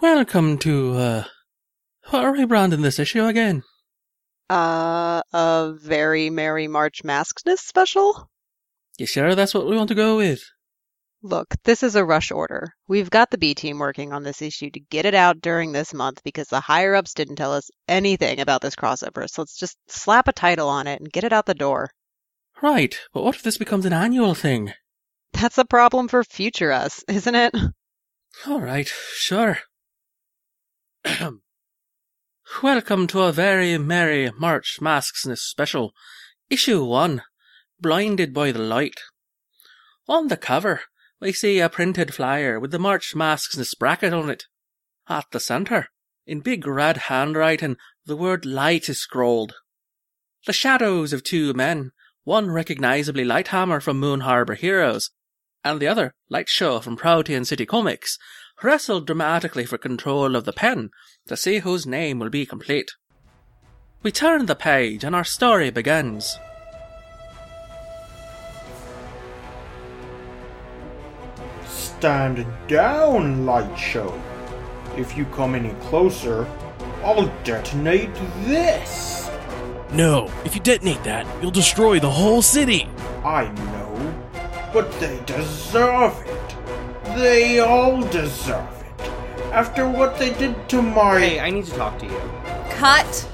Welcome to, uh, what are we branding this issue again? Uh, a very merry March Maskedness special? You sure that's what we want to go with? Look, this is a rush order. We've got the B team working on this issue to get it out during this month because the higher ups didn't tell us anything about this crossover, so let's just slap a title on it and get it out the door. Right, but what if this becomes an annual thing? That's a problem for future us, isn't it? Alright, sure. Welcome to a very merry March Masksness special, issue 1, Blinded by the Light. On the cover, we see a printed flyer with the March Masksness bracket on it. At the centre, in big red handwriting, the word light is scrawled. The shadows of two men, one recognisably Lighthammer from Moon Harbour Heroes, and the other Lightshow from Protean City Comics, wrestle dramatically for control of the pen to see whose name will be complete. We turn the page and our story begins. Stand down, light show. If you come any closer, I'll detonate this. No, if you detonate that, you'll destroy the whole city. I know, but they deserve it. They all deserve it. After what they did to my. Hey, I need to talk to you. Cut.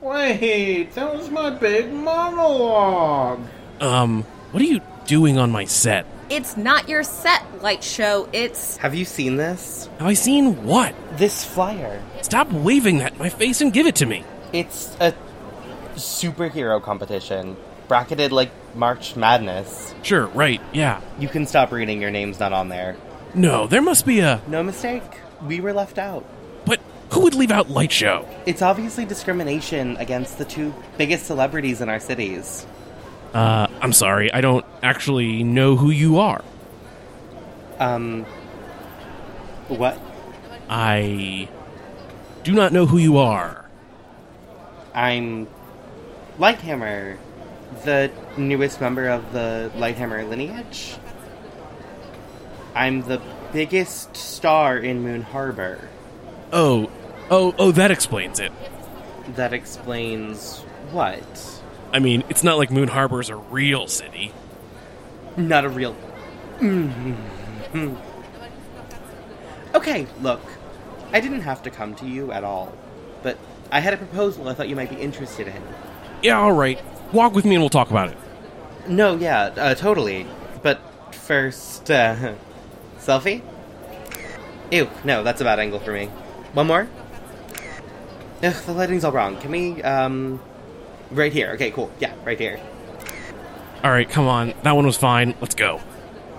Wait, that was my big monologue. Um, what are you doing on my set? It's not your set, light show. It's. Have you seen this? Have I seen what? This flyer. Stop waving that in my face and give it to me. It's a superhero competition, bracketed like March Madness. Sure, right, yeah. You can stop reading, your name's not on there. No, there must be a. No mistake, we were left out. But who would leave out Light Show? It's obviously discrimination against the two biggest celebrities in our cities. Uh, I'm sorry, I don't actually know who you are. Um. What? I do not know who you are. I'm Lighthammer, the newest member of the Lighthammer lineage. I'm the biggest star in Moon Harbor. Oh, oh, oh, that explains it. That explains what? I mean, it's not like Moon Harbor is a real city. Not a real. Mm-hmm. okay, look. I didn't have to come to you at all, but I had a proposal I thought you might be interested in. Yeah, alright. Walk with me and we'll talk about it. No, yeah, uh, totally. But first, uh, selfie? Ew, no, that's a bad angle for me. One more? Ugh, the lighting's all wrong. Can we, um, right here? Okay, cool. Yeah, right here. Alright, come on. That one was fine. Let's go.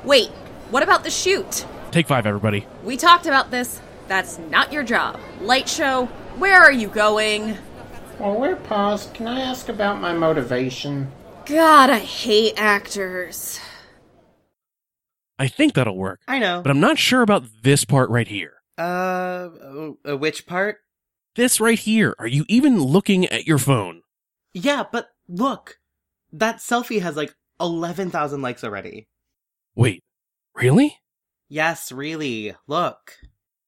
Wait, what about the shoot? Take five, everybody. We talked about this. That's not your job. Light show, where are you going? Well, we're paused. Can I ask about my motivation? God, I hate actors. I think that'll work. I know. But I'm not sure about this part right here. Uh, uh, which part? This right here. Are you even looking at your phone? Yeah, but look, that selfie has like 11,000 likes already. Wait, really? Yes, really. Look.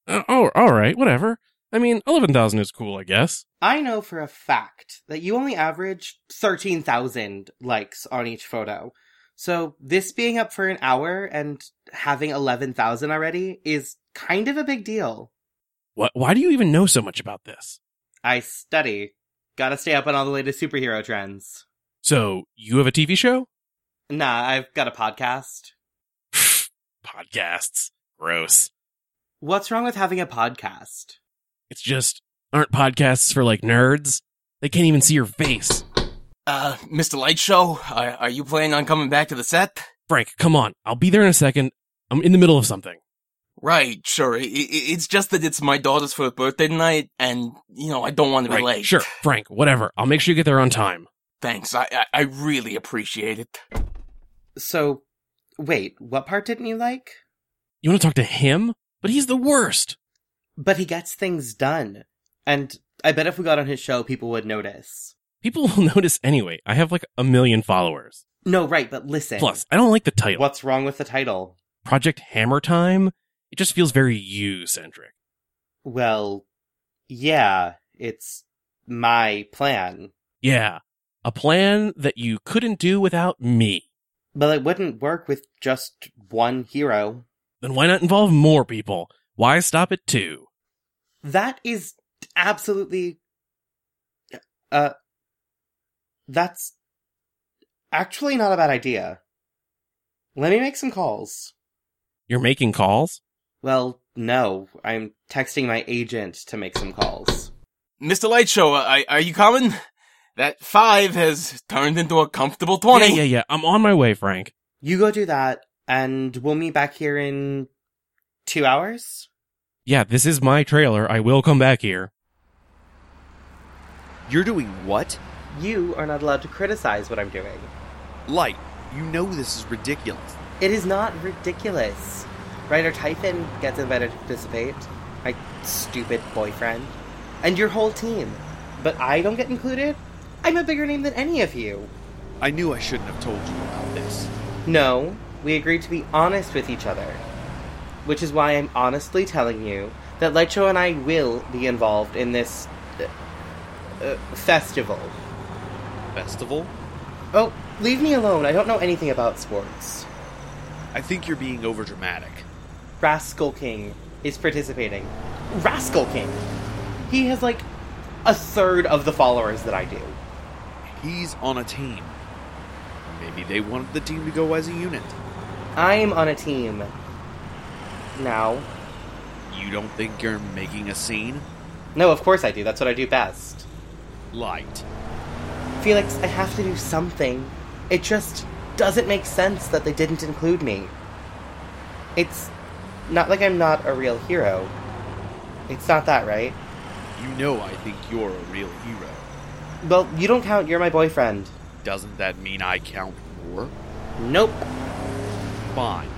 Uh, oh, all right, whatever. I mean, 11,000 is cool, I guess. I know for a fact that you only average 13,000 likes on each photo. So this being up for an hour and having 11,000 already is kind of a big deal. What, why do you even know so much about this? I study. Gotta stay up on all the latest superhero trends. So, you have a TV show? Nah, I've got a podcast. Podcasts. Gross. What's wrong with having a podcast? It's just, aren't podcasts for like nerds? They can't even see your face. Uh, Mr. Lightshow, are, are you planning on coming back to the set? Frank, come on. I'll be there in a second. I'm in the middle of something. Right, sure. I i it's just that it's my daughter's first birthday tonight, and, you know, I don't want to be Right, late. Sure, Frank, whatever. I'll make sure you get there on time. Thanks. I, I, I really appreciate it. So, wait, what part didn't you like? You want to talk to him? But he's the worst. But he gets things done. And I bet if we got on his show, people would notice. People will notice anyway. I have like a million followers. No, right, but listen. Plus, I don't like the title. what's wrong with the title? Project Hammer Time? It just feels very you centric. Well, yeah, it's my plan. Yeah. A plan that you couldn't do without me. But it wouldn't work with just one hero. Then why not involve more people? Why stop at two? That is absolutely. Uh. That's actually not a bad idea. Let me make some calls. You're making calls? Well, no, I'm texting my agent to make some calls. Mr. Lightshow, are, uh, are you coming? That five has turned into a comfortable 20. Yeah, yeah, yeah. I'm on my way, Frank. You go do that, and we'll meet back here in two hours? Yeah, this is my trailer. I will come back here. You're doing what? You are not allowed to criticize what I'm doing. Light, you know this is ridiculous. It is not ridiculous. Writer Typhon gets invited to participate. My stupid boyfriend. And your whole team. But I don't get included? I'm a bigger name than any of you. I knew I shouldn't have told you about this. No, we agreed to be honest with each other. Which is why I'm honestly telling you that Lecho and I will be involved in this. Uh, uh, festival. Festival? Oh, leave me alone. I don't know anything about sports. I think you're being overdramatic. Rascal King is participating. Rascal King! He has like a third of the followers that I do. He's on a team. Maybe they wanted the team to go as a unit. I'm on a team. Now. You don't think you're making a scene? No, of course I do. That's what I do best. Light. Felix, I have to do something. It just doesn't make sense that they didn't include me. It's not like I'm not a real hero. It's not that, right? You know I think you're a real hero. Well, you don't count, you're my boyfriend. Doesn't that mean I count more? Nope. Fine.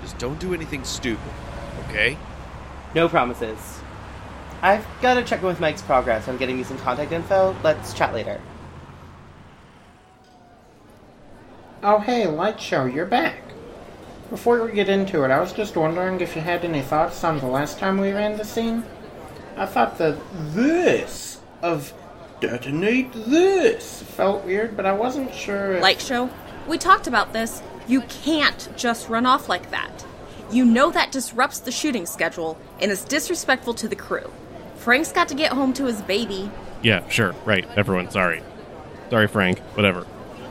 Just don't do anything stupid, okay? No promises. I've got to check in with Mike's progress on getting me some contact info. Let's chat later. Oh, hey, Light Show, you're back. Before we get into it, I was just wondering if you had any thoughts on the last time we ran the scene. I thought the This of detonate this. felt weird, but I wasn't sure if. Light show, we talked about this. You can't just run off like that. You know that disrupts the shooting schedule and is disrespectful to the crew. Frank's got to get home to his baby. Yeah, sure. Right. Everyone, sorry. Sorry, Frank. Whatever.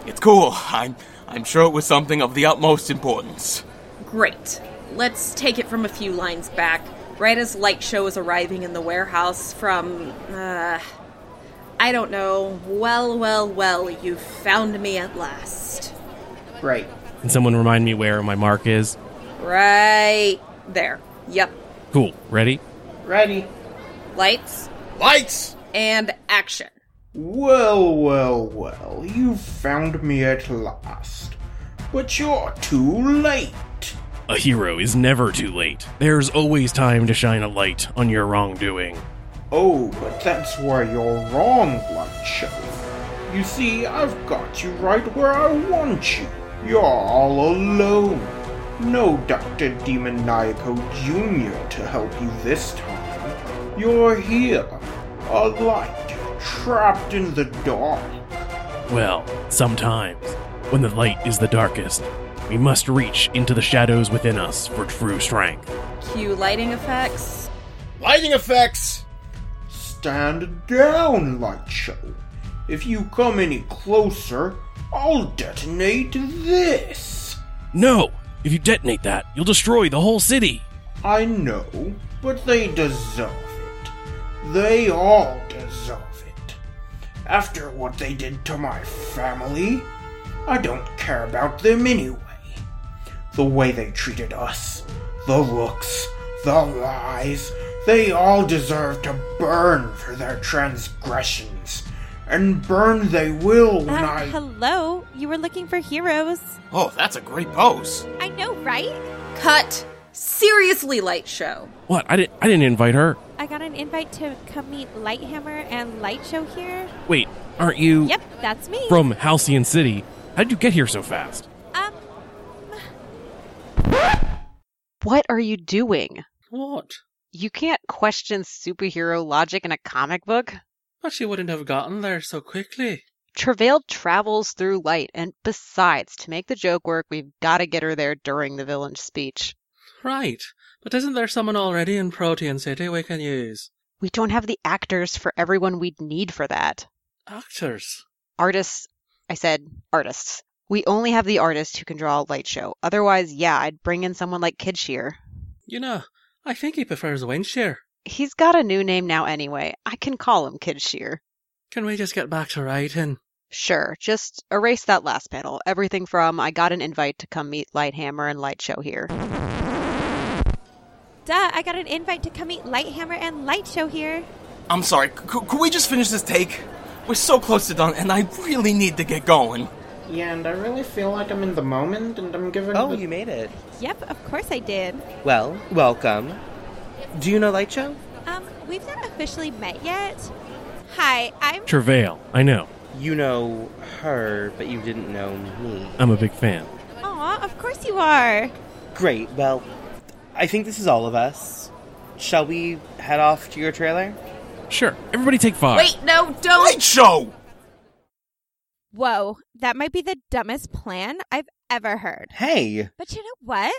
It's cool. I'm, I'm sure it was something of the utmost importance. Great. Let's take it from a few lines back, right as Light Show is arriving in the warehouse from. Uh, I don't know. Well, well, well, you found me at last. Right. Can someone remind me where my mark is? Right there. Yep. Cool. Ready? Righty. Lights Lights! and action. Well, well, well, you found me at last. But you're too late. A hero is never too late. There's always time to shine a light on your wrongdoing. Oh, but that's where you're wrong, Light Show. You see, I've got you right where I want you. You're all alone. No Dr. Demoniaco Jr. to help you this time. You're here, a light, trapped in the dark. Well, sometimes, when the light is the darkest, we must reach into the shadows within us for true strength. Cue lighting effects. Lighting effects! Stand down, Light Show. If you come any closer, I'll detonate this. No! If you detonate that, you'll destroy the whole city! I know, but they deserve it. They all deserve it. After what they did to my family, I don't care about them anyway. The way they treated us, the looks, the lies, they all deserve to burn for their transgressions. And burn they will when Um, I. hello? You were looking for heroes. Oh, that's a great pose. I know, right? Cut. Seriously, Light Show. What? I didn't I didn't invite her. I got an invite to come meet Lighthammer and Light Show here. Wait, aren't you Yep, that's me. from Halcyon City? How'd you get here so fast? um, What are you doing? What? You can't question superhero logic in a comic book. But she wouldn't have gotten there so quickly. Travail travels through light, and besides, to make the joke work, we've got to get her there during the villain's speech. Right. But isn't there someone already in Protean City we can use? We don't have the actors for everyone we'd need for that. Actors. Artists, I said artists. We only have the artist who can draw a light show. Otherwise, yeah, I'd bring in someone like Kidshear. You know, I think he prefers Windshear. He's got a new name now anyway. I can call him Kidshear. Can we just get back to writing? Sure, just erase that last panel. Everything from I got an invite to come meet Lighthammer and Light Show here. Duh, I got an invite to come meet Lighthammer and Light Show here. I'm sorry, c- c- could we just finish this take? We're so close to done, and I really need to get going. Yeah, and I really feel like I'm in the moment and I'm giving Oh, the- you made it. Yep, of course I did. Well, welcome. Do you know Light Show? Um, we've not officially met yet. Hi, I'm Travail, I know. You know her, but you didn't know me. I'm a big fan. Aw, of course you are. Great, well, I think this is all of us. Shall we head off to your trailer? Sure, everybody take five. Wait, no, don't. Light Show! Whoa, that might be the dumbest plan I've ever heard. Hey! But you know what?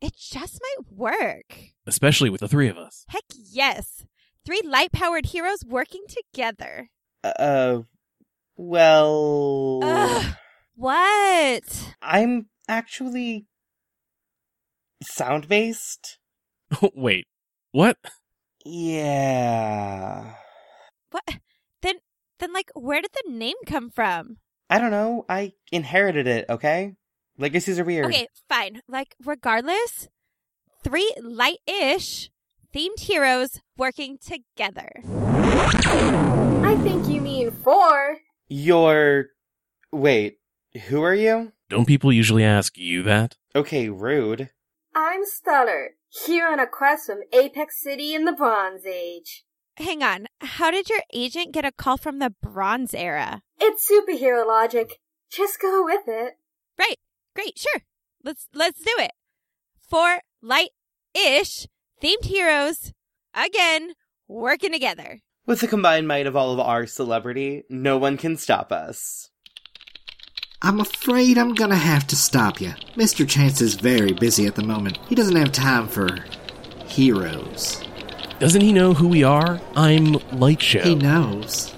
It just might work. Especially with the three of us. Heck yes. Three light powered heroes working together. Uh, well. Ugh. What? I'm actually. sound based? Wait, what? Yeah. What? Then, then, like, where did the name come from? I don't know. I inherited it, okay? Legacies are weird. Okay, fine. Like, regardless, three light ish themed heroes working together. I think you mean four. You're. Wait, who are you? Don't people usually ask you that? Okay, rude. I'm Stellar, here on a quest from Apex City in the Bronze Age. Hang on. How did your agent get a call from the Bronze Era? It's superhero logic. Just go with it. Right. Great. Sure. Let's let's do it. Four light-ish themed heroes again working together. With the combined might of all of our celebrity, no one can stop us. I'm afraid I'm gonna have to stop you. Mr. Chance is very busy at the moment. He doesn't have time for heroes. Doesn't he know who we are? I'm Light Show. He knows.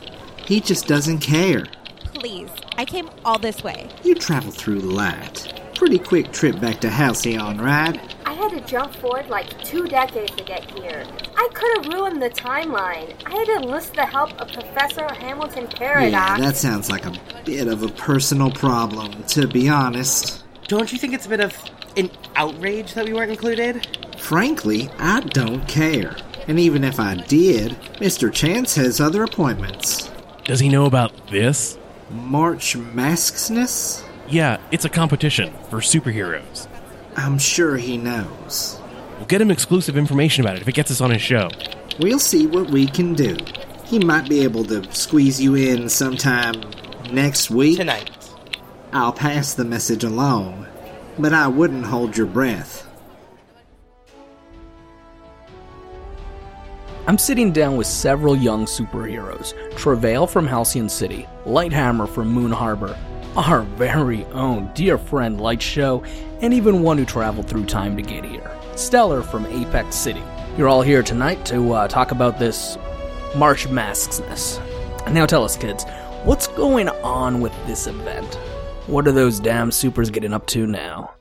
He just doesn't care. Please. I came all this way. You travel through light. Pretty quick trip back to Halcyon, right? I had to jump forward like two decades to get here. I could have ruined the timeline. I had to enlist the help of Professor Hamilton Yeah, Paradox. that sounds like a bit of a personal problem, to be honest. Don't you think it's a bit of an outrage that we weren't included? Frankly, I don't care. And even if I did, Mr. Chance has other appointments. Does he know about this? March Masksness? Yeah, it's a competition for superheroes. I'm sure he knows. We'll get him exclusive information about it if it gets us on his show. We'll see what we can do. He might be able to squeeze you in sometime next week. Tonight. I'll pass the message along, but I wouldn't hold your breath. I'm sitting down with several young superheroes Travail from Halcyon City, Lighthammer from Moon Harbor, our very own dear friend Light Show, and even one who traveled through time to get here, Stellar from Apex City. You're all here tonight to uh, talk about this Marsh Masksness. Now tell us, kids, what's going on with this event? What are those damn supers getting up to now?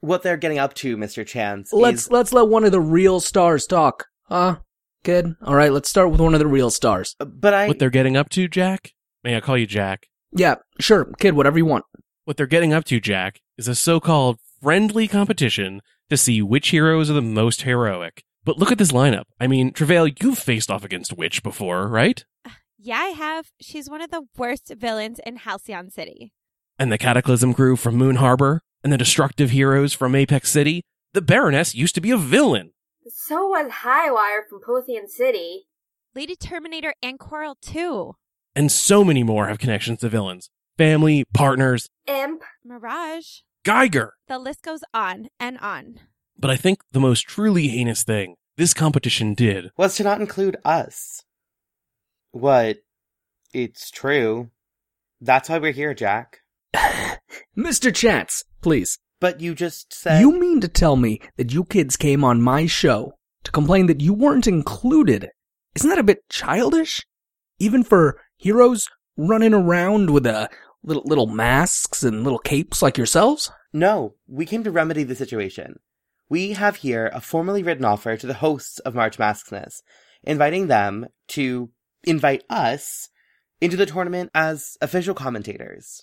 What they're getting up to, Mr. Chance, Let's is let's let one of the real stars talk, huh? Kid. All right, let's start with one of the real stars. Uh, but I What they're getting up to, Jack? May I call you Jack? Yeah, sure, kid. Whatever you want. What they're getting up to, Jack, is a so called friendly competition to see which heroes are the most heroic. But look at this lineup. I mean, Travail, you've faced off against Witch before, right? Yeah, I have. She's one of the worst villains in Halcyon City. And the Cataclysm crew from Moon Harbor, and the Destructive Heroes from Apex City. The Baroness used to be a villain. So was Highwire from Prothean City. Lady Terminator and Coral too. And so many more have connections to villains family, partners, Imp. Mirage. Geiger. The list goes on and on. But I think the most truly heinous thing this competition did. was to not include us. What? It's true. That's why we're here, Jack. Mr. Chance, please. But you just said. You mean to tell me that you kids came on my show to complain that you weren't included? Isn't that a bit childish? Even for heroes running around with uh, little, little masks and little capes like yourselves? No, we came to remedy the situation. We have here a formally written offer to the hosts of March Maskness, inviting them to invite us into the tournament as official commentators.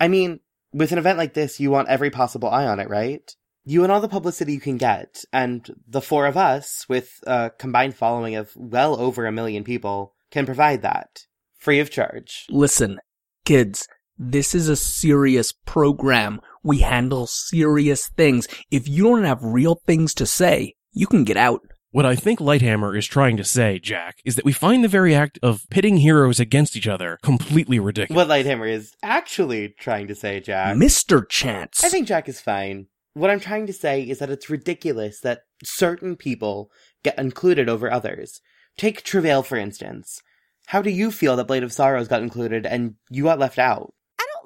I mean, with an event like this, you want every possible eye on it, right? You and all the publicity you can get, and the four of us, with a combined following of well over a million people, can provide that. Free of charge. Listen, kids, this is a serious program. We handle serious things. If you don't have real things to say, you can get out. What I think Lighthammer is trying to say, Jack, is that we find the very act of pitting heroes against each other completely ridiculous. What Lighthammer is actually trying to say, Uh, Jack. Mr. Chance. I think Jack is fine. What I'm trying to say is that it's ridiculous that certain people get included over others. Take Travail, for instance. How do you feel that Blade of Sorrows got included and you got left out?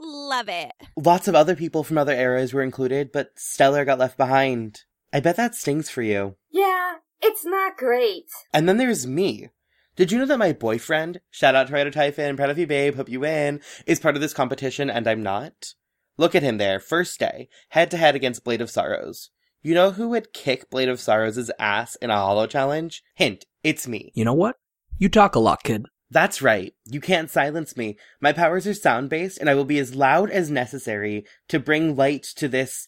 don't love it. Lots of other people from other eras were included, but Stellar got left behind. I bet that stings for you. Yeah, it's not great. And then there's me. Did you know that my boyfriend, shout out to Ryder Typhon, proud of you babe, hope you win, is part of this competition and I'm not? Look at him there, first day, head to head against Blade of Sorrows. You know who would kick Blade of Sorrows' ass in a hollow challenge? Hint, it's me. You know what? You talk a lot, kid. That's right. You can't silence me. My powers are sound based and I will be as loud as necessary to bring light to this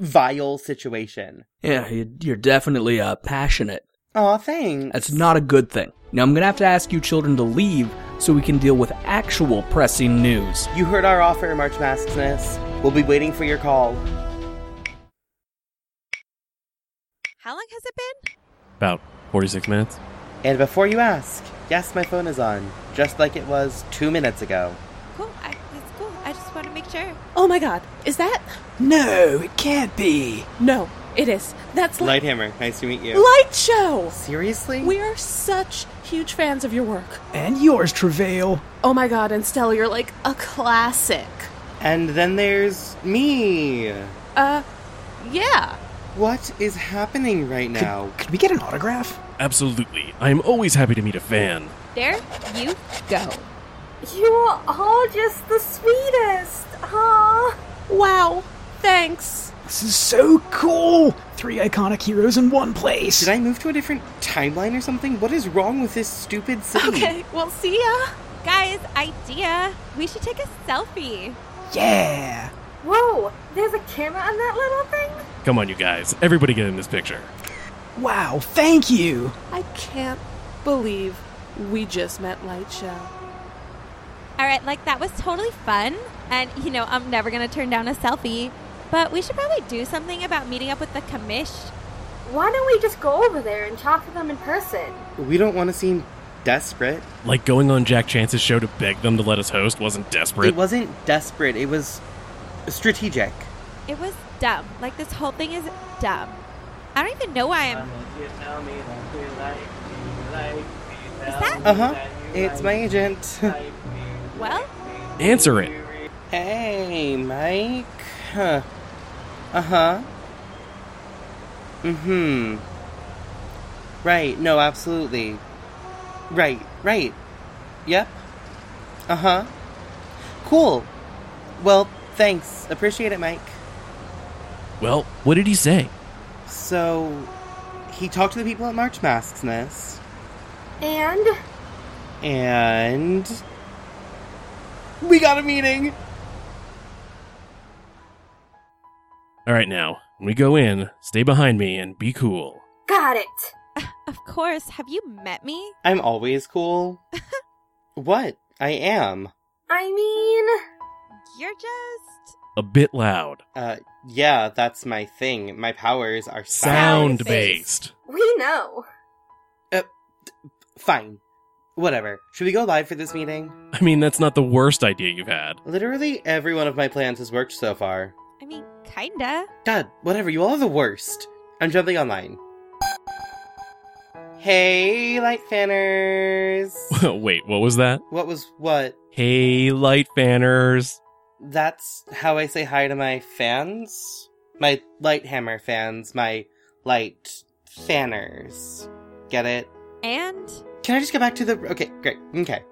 vile situation. Yeah, you- you're definitely uh, passionate. Aw, thanks. That's not a good thing. Now I'm gonna have to ask you children to leave so we can deal with actual pressing news. You heard our offer, March Maskness. We'll be waiting for your call. How long has it been? About 46 minutes. And before you ask, yes, my phone is on, just like it was two minutes ago. Cool. I, it's cool. I just want to make sure. Oh my god, is that? No, it can't be. No, it is. That's like Lighthammer, nice to meet you. Light Show! Seriously? We are such huge fans of your work. And yours, Travail. Oh my god, and Stella, you're like a classic. And then there's me. Uh, yeah. What is happening right now? Could we get an autograph? Absolutely. I am always happy to meet a fan. There you go. You are all just the sweetest. Aww. Wow. Thanks. This is so cool! Three iconic heroes in one place! Did I move to a different timeline or something? What is wrong with this stupid city? Okay, well, see ya. Guys, idea. We should take a selfie. Yeah! Whoa, there's a camera on that little thing? Come on, you guys. Everybody get in this picture. Wow, thank you! I can't believe we just met Light Show. All right, like that was totally fun. And, you know, I'm never going to turn down a selfie. But we should probably do something about meeting up with the commish. Why don't we just go over there and talk to them in person? We don't want to seem desperate. Like going on Jack Chance's show to beg them to let us host wasn't desperate. It wasn't desperate, it was strategic. It was dumb. Like, this whole thing is dumb. I don't even know why I'm. Is that? Uh huh. It's my agent. Well, Answer it. Hey, Mike. Huh. Uh huh. Mm hmm. Right, no, absolutely. Right, right. Yep. Uh huh. Cool. Well, thanks. Appreciate it, Mike. Well, what did he say? So, he talked to the people at March Masks Nest, And and. We got a meeting! All right, now, when we go in, stay behind me and be cool. got it. of course. Have you met me? I'm always cool. what? I am. I mean, You're just. A bit loud. Uh, yeah, that's my thing. My powers are Sound based. we know. Fine. Whatever. Should we go live for this meeting? I mean, that's not the worst idea you've had. Literally every one of my plans has worked so far. I mean, kinda. God, whatever, you all are the worst. I'm jumping online. Hey, light fanners. Wait, what was that? What was what? Hey, light fanners. That's how I say hi to my fans. My light hammer fans, my light fanners. Get it? And Can I just go back to the. Okay, great. Okay.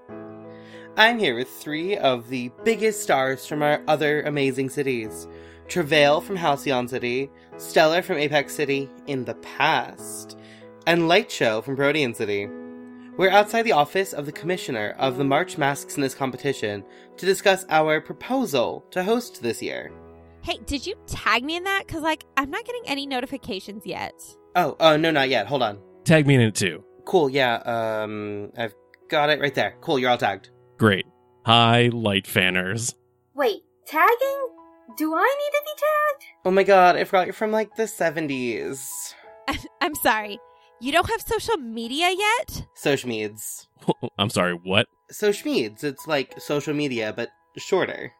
I'm here with three of the biggest stars from our other amazing cities Travail from Halcyon City, Stellar from Apex City in the past, and Light Show from Protean City. We're outside the office of the commissioner of the March Masks in this competition to discuss our proposal to host this year. hey, did you tag me in that? Because like I'm not getting any notifications yet. Oh, uh, no, not yet. Hold on. Tag me in it too. Cool, yeah, um, I've got it right there. Cool, you're all tagged. Great. Hi, light fanners. Wait, tagging? Do I need to be tagged? Oh my god, I forgot you're from like the 70s. I'm sorry. You don't have social media yet? So schmeeds. I'm sorry, what? So schmeeds, it's like social media, but shorter.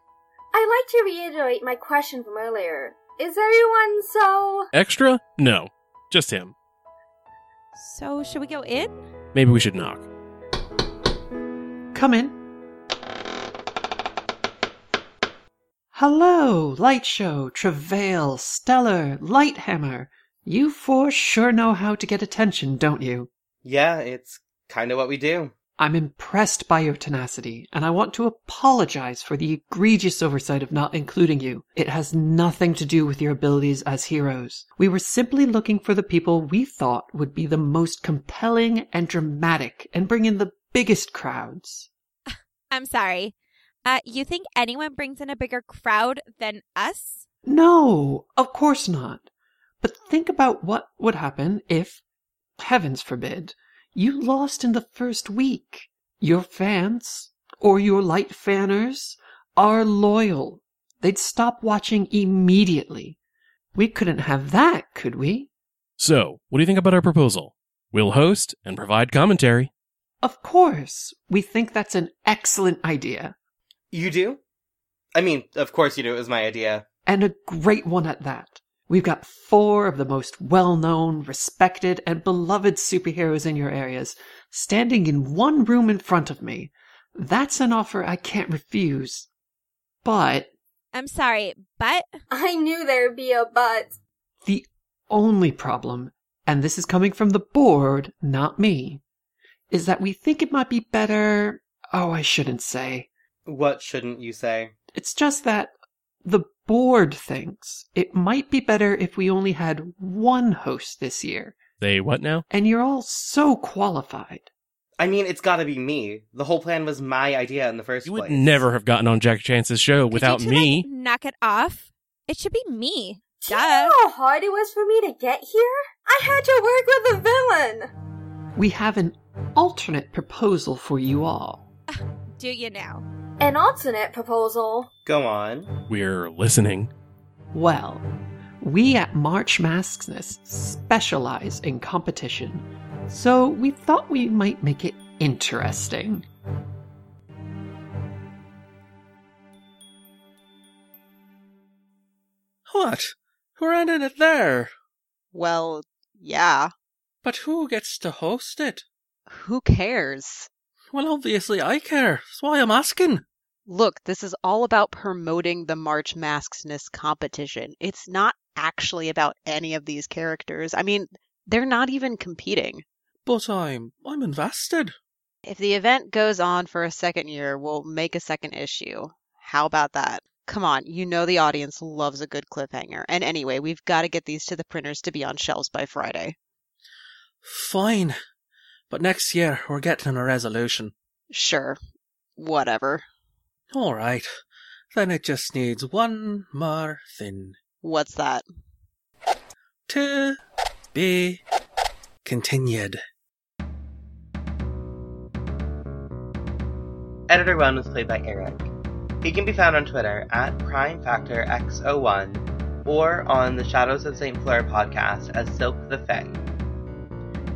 I'd like to reiterate my question from earlier. Is everyone so. Extra? No. Just him. So should we go in? Maybe we should knock. Come in. Hello, Light Show, Travail, Stellar, Lighthammer. You four sure know how to get attention, don't you? Yeah, it's kind of what we do. I'm impressed by your tenacity, and I want to apologize for the egregious oversight of not including you. It has nothing to do with your abilities as heroes. We were simply looking for the people we thought would be the most compelling and dramatic and bring in the biggest crowds. I'm sorry. Uh, you think anyone brings in a bigger crowd than us? No, of course not. But think about what would happen if, heavens forbid, you lost in the first week. Your fans, or your light fanners, are loyal. They'd stop watching immediately. We couldn't have that, could we? So, what do you think about our proposal? We'll host and provide commentary. Of course, we think that's an excellent idea, You do? I mean, of course you do, it was my idea. and a great one at that. We've got four of the most well known, respected, and beloved superheroes in your areas standing in one room in front of me. That's an offer I can't refuse. But I'm sorry, but I knew there'd be a but. the only problem, and this is coming from the board, not me, is that we think it might be better. Oh, I shouldn't say. What shouldn't you say? It's just that the board thinks it might be better if we only had one host this year. They what now? And you're all so qualified. I mean, it's gotta be me. The whole plan was my idea in the first place. Never have gotten on Jack Chance's show without two, me. like, knock it off. It should be me. Do you know how hard it was for me to get here? I had to work with a villain! We have an alternate proposal for you all. Do you now? An alternate proposal. Go on. We're listening. Well, we at March Maskness specialize in competition, so we thought we might make it interesting. What? We're ending it there. Well, yeah. But who gets to host it? Who cares? Well, obviously I care. That's why I'm asking. Look, this is all about promoting the March Masksness competition. It's not actually about any of these characters. I mean, they're not even competing. But I'm I'm invested. If the event goes on for a second year, we'll make a second issue. How about that? Come on, you know the audience loves a good cliffhanger. And anyway, we've got to get these to the printers to be on shelves by Friday. Fine. But next year we're getting a resolution. Sure. Whatever. All right. Then it just needs one more thing What's that? to be continued. Editor One was played by Eric. He can be found on Twitter at PrimeFactorX01 or on the Shadows of St. Fleur podcast as Silk the Fae.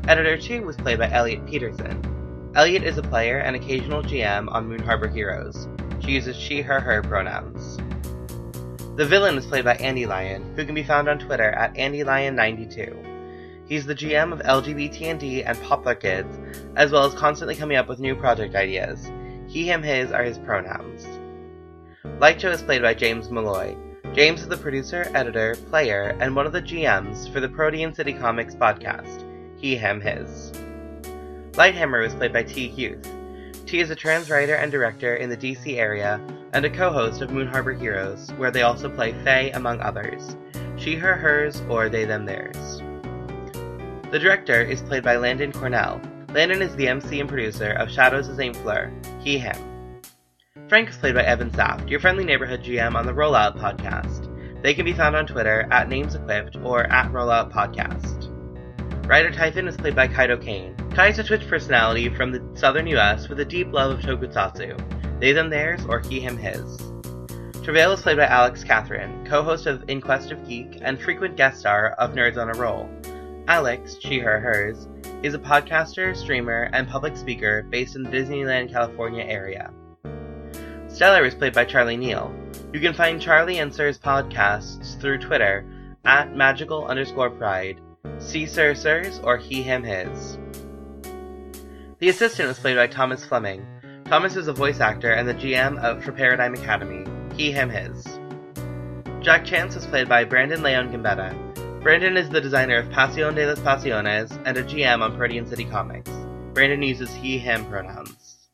Editor 2 was played by Elliot Peterson. Elliot is a player and occasional GM on Moon Harbor Heroes. She uses she, her, her pronouns. The villain is played by Andy Lion, who can be found on Twitter at AndyLion92. He's the GM of LGBTND and Poplar Kids, as well as constantly coming up with new project ideas. He, him, his are his pronouns. Light Show is played by James Malloy. James is the producer, editor, player, and one of the GMs for the Protean City Comics podcast. He, him, his. Lighthammer was played by T. Hughes. T is a trans writer and director in the DC area and a co host of Moon Harbor Heroes, where they also play Faye, among others. She, her, hers, or they, them, theirs. The director is played by Landon Cornell. Landon is the MC and producer of Shadows is Ain't Fleur, he, him. Frank is played by Evan Saft, your friendly neighborhood GM on the Rollout Podcast. They can be found on Twitter at Names Equipped or at Rollout Podcast. Rider Typhon is played by Kaido Kane. Kai is a Twitch personality from the southern US with a deep love of tokusatsu. They them theirs or he him his. Travail is played by Alex Catherine, co-host of In Quest of Geek and frequent guest star of Nerds on a Roll. Alex, she her hers, is a podcaster, streamer, and public speaker based in the Disneyland, California area. Stellar is played by Charlie Neal. You can find Charlie and Sir's podcasts through Twitter at magical underscore pride, see Sir Sir's or he him his. The assistant was played by Thomas Fleming. Thomas is a voice actor and the GM of For Paradigm Academy, he him his. Jack Chance was played by Brandon Leon Gambetta. Brandon is the designer of Pasión de las Pasiones and a GM on Protean City Comics. Brandon uses he him pronouns.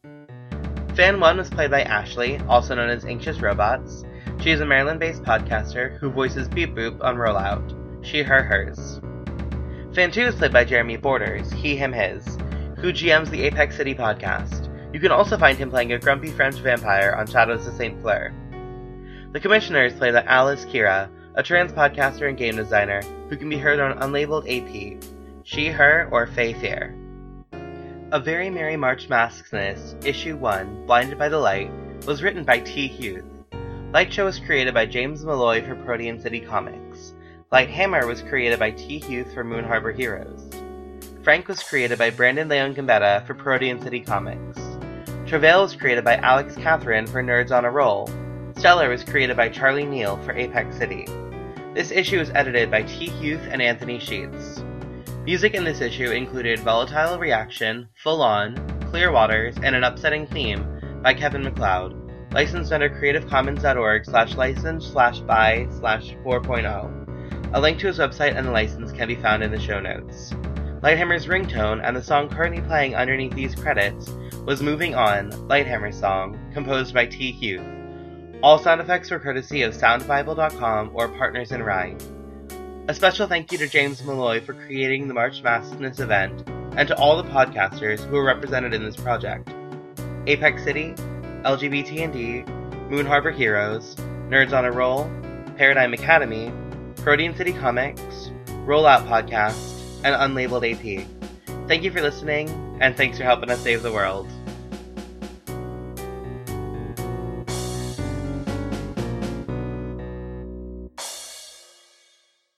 Fan 1 was played by Ashley, also known as Anxious Robots. She is a Maryland based podcaster who voices Beep Boop on Rollout. She, her, hers. Fan 2 is played by Jeremy Borders, he, him, his, who GMs the Apex City podcast. You can also find him playing a grumpy French vampire on Shadows of St. Fleur. The Commissioner is played by Alice Kira, a trans podcaster and game designer who can be heard on Unlabeled AP, She, Her, or Fay Fair. A Very Merry March Maskness, Issue 1, Blinded by the Light, was written by T. Hughes. Light Show was created by James Malloy for Protean City Comics. Light Hammer was created by T. Hughes for Moon Harbor Heroes. Frank was created by Brandon Leon Gambetta for Protean City Comics. Travail was created by Alex Catherine for Nerds on a Roll. Stellar was created by Charlie Neal for Apex City. This issue was edited by T. Hughes and Anthony Sheets. Music in this issue included Volatile Reaction, Full On, Clear Waters, and An Upsetting Theme by Kevin McLeod, licensed under creativecommons.org slash license slash by slash oh. 4.0. A link to his website and the license can be found in the show notes. Lighthammer's ringtone and the song currently playing underneath these credits was Moving On, Lighthammer's song, composed by T. Hughes. All sound effects were courtesy of soundbible.com or Partners in Rhyme. A special thank you to James Malloy for creating the March Maskness event, and to all the podcasters who are represented in this project Apex City, LGBTND, Moon Harbor Heroes, Nerds on a Roll, Paradigm Academy, Protean City Comics, Rollout Podcast, and Unlabeled AP. Thank you for listening, and thanks for helping us save the world.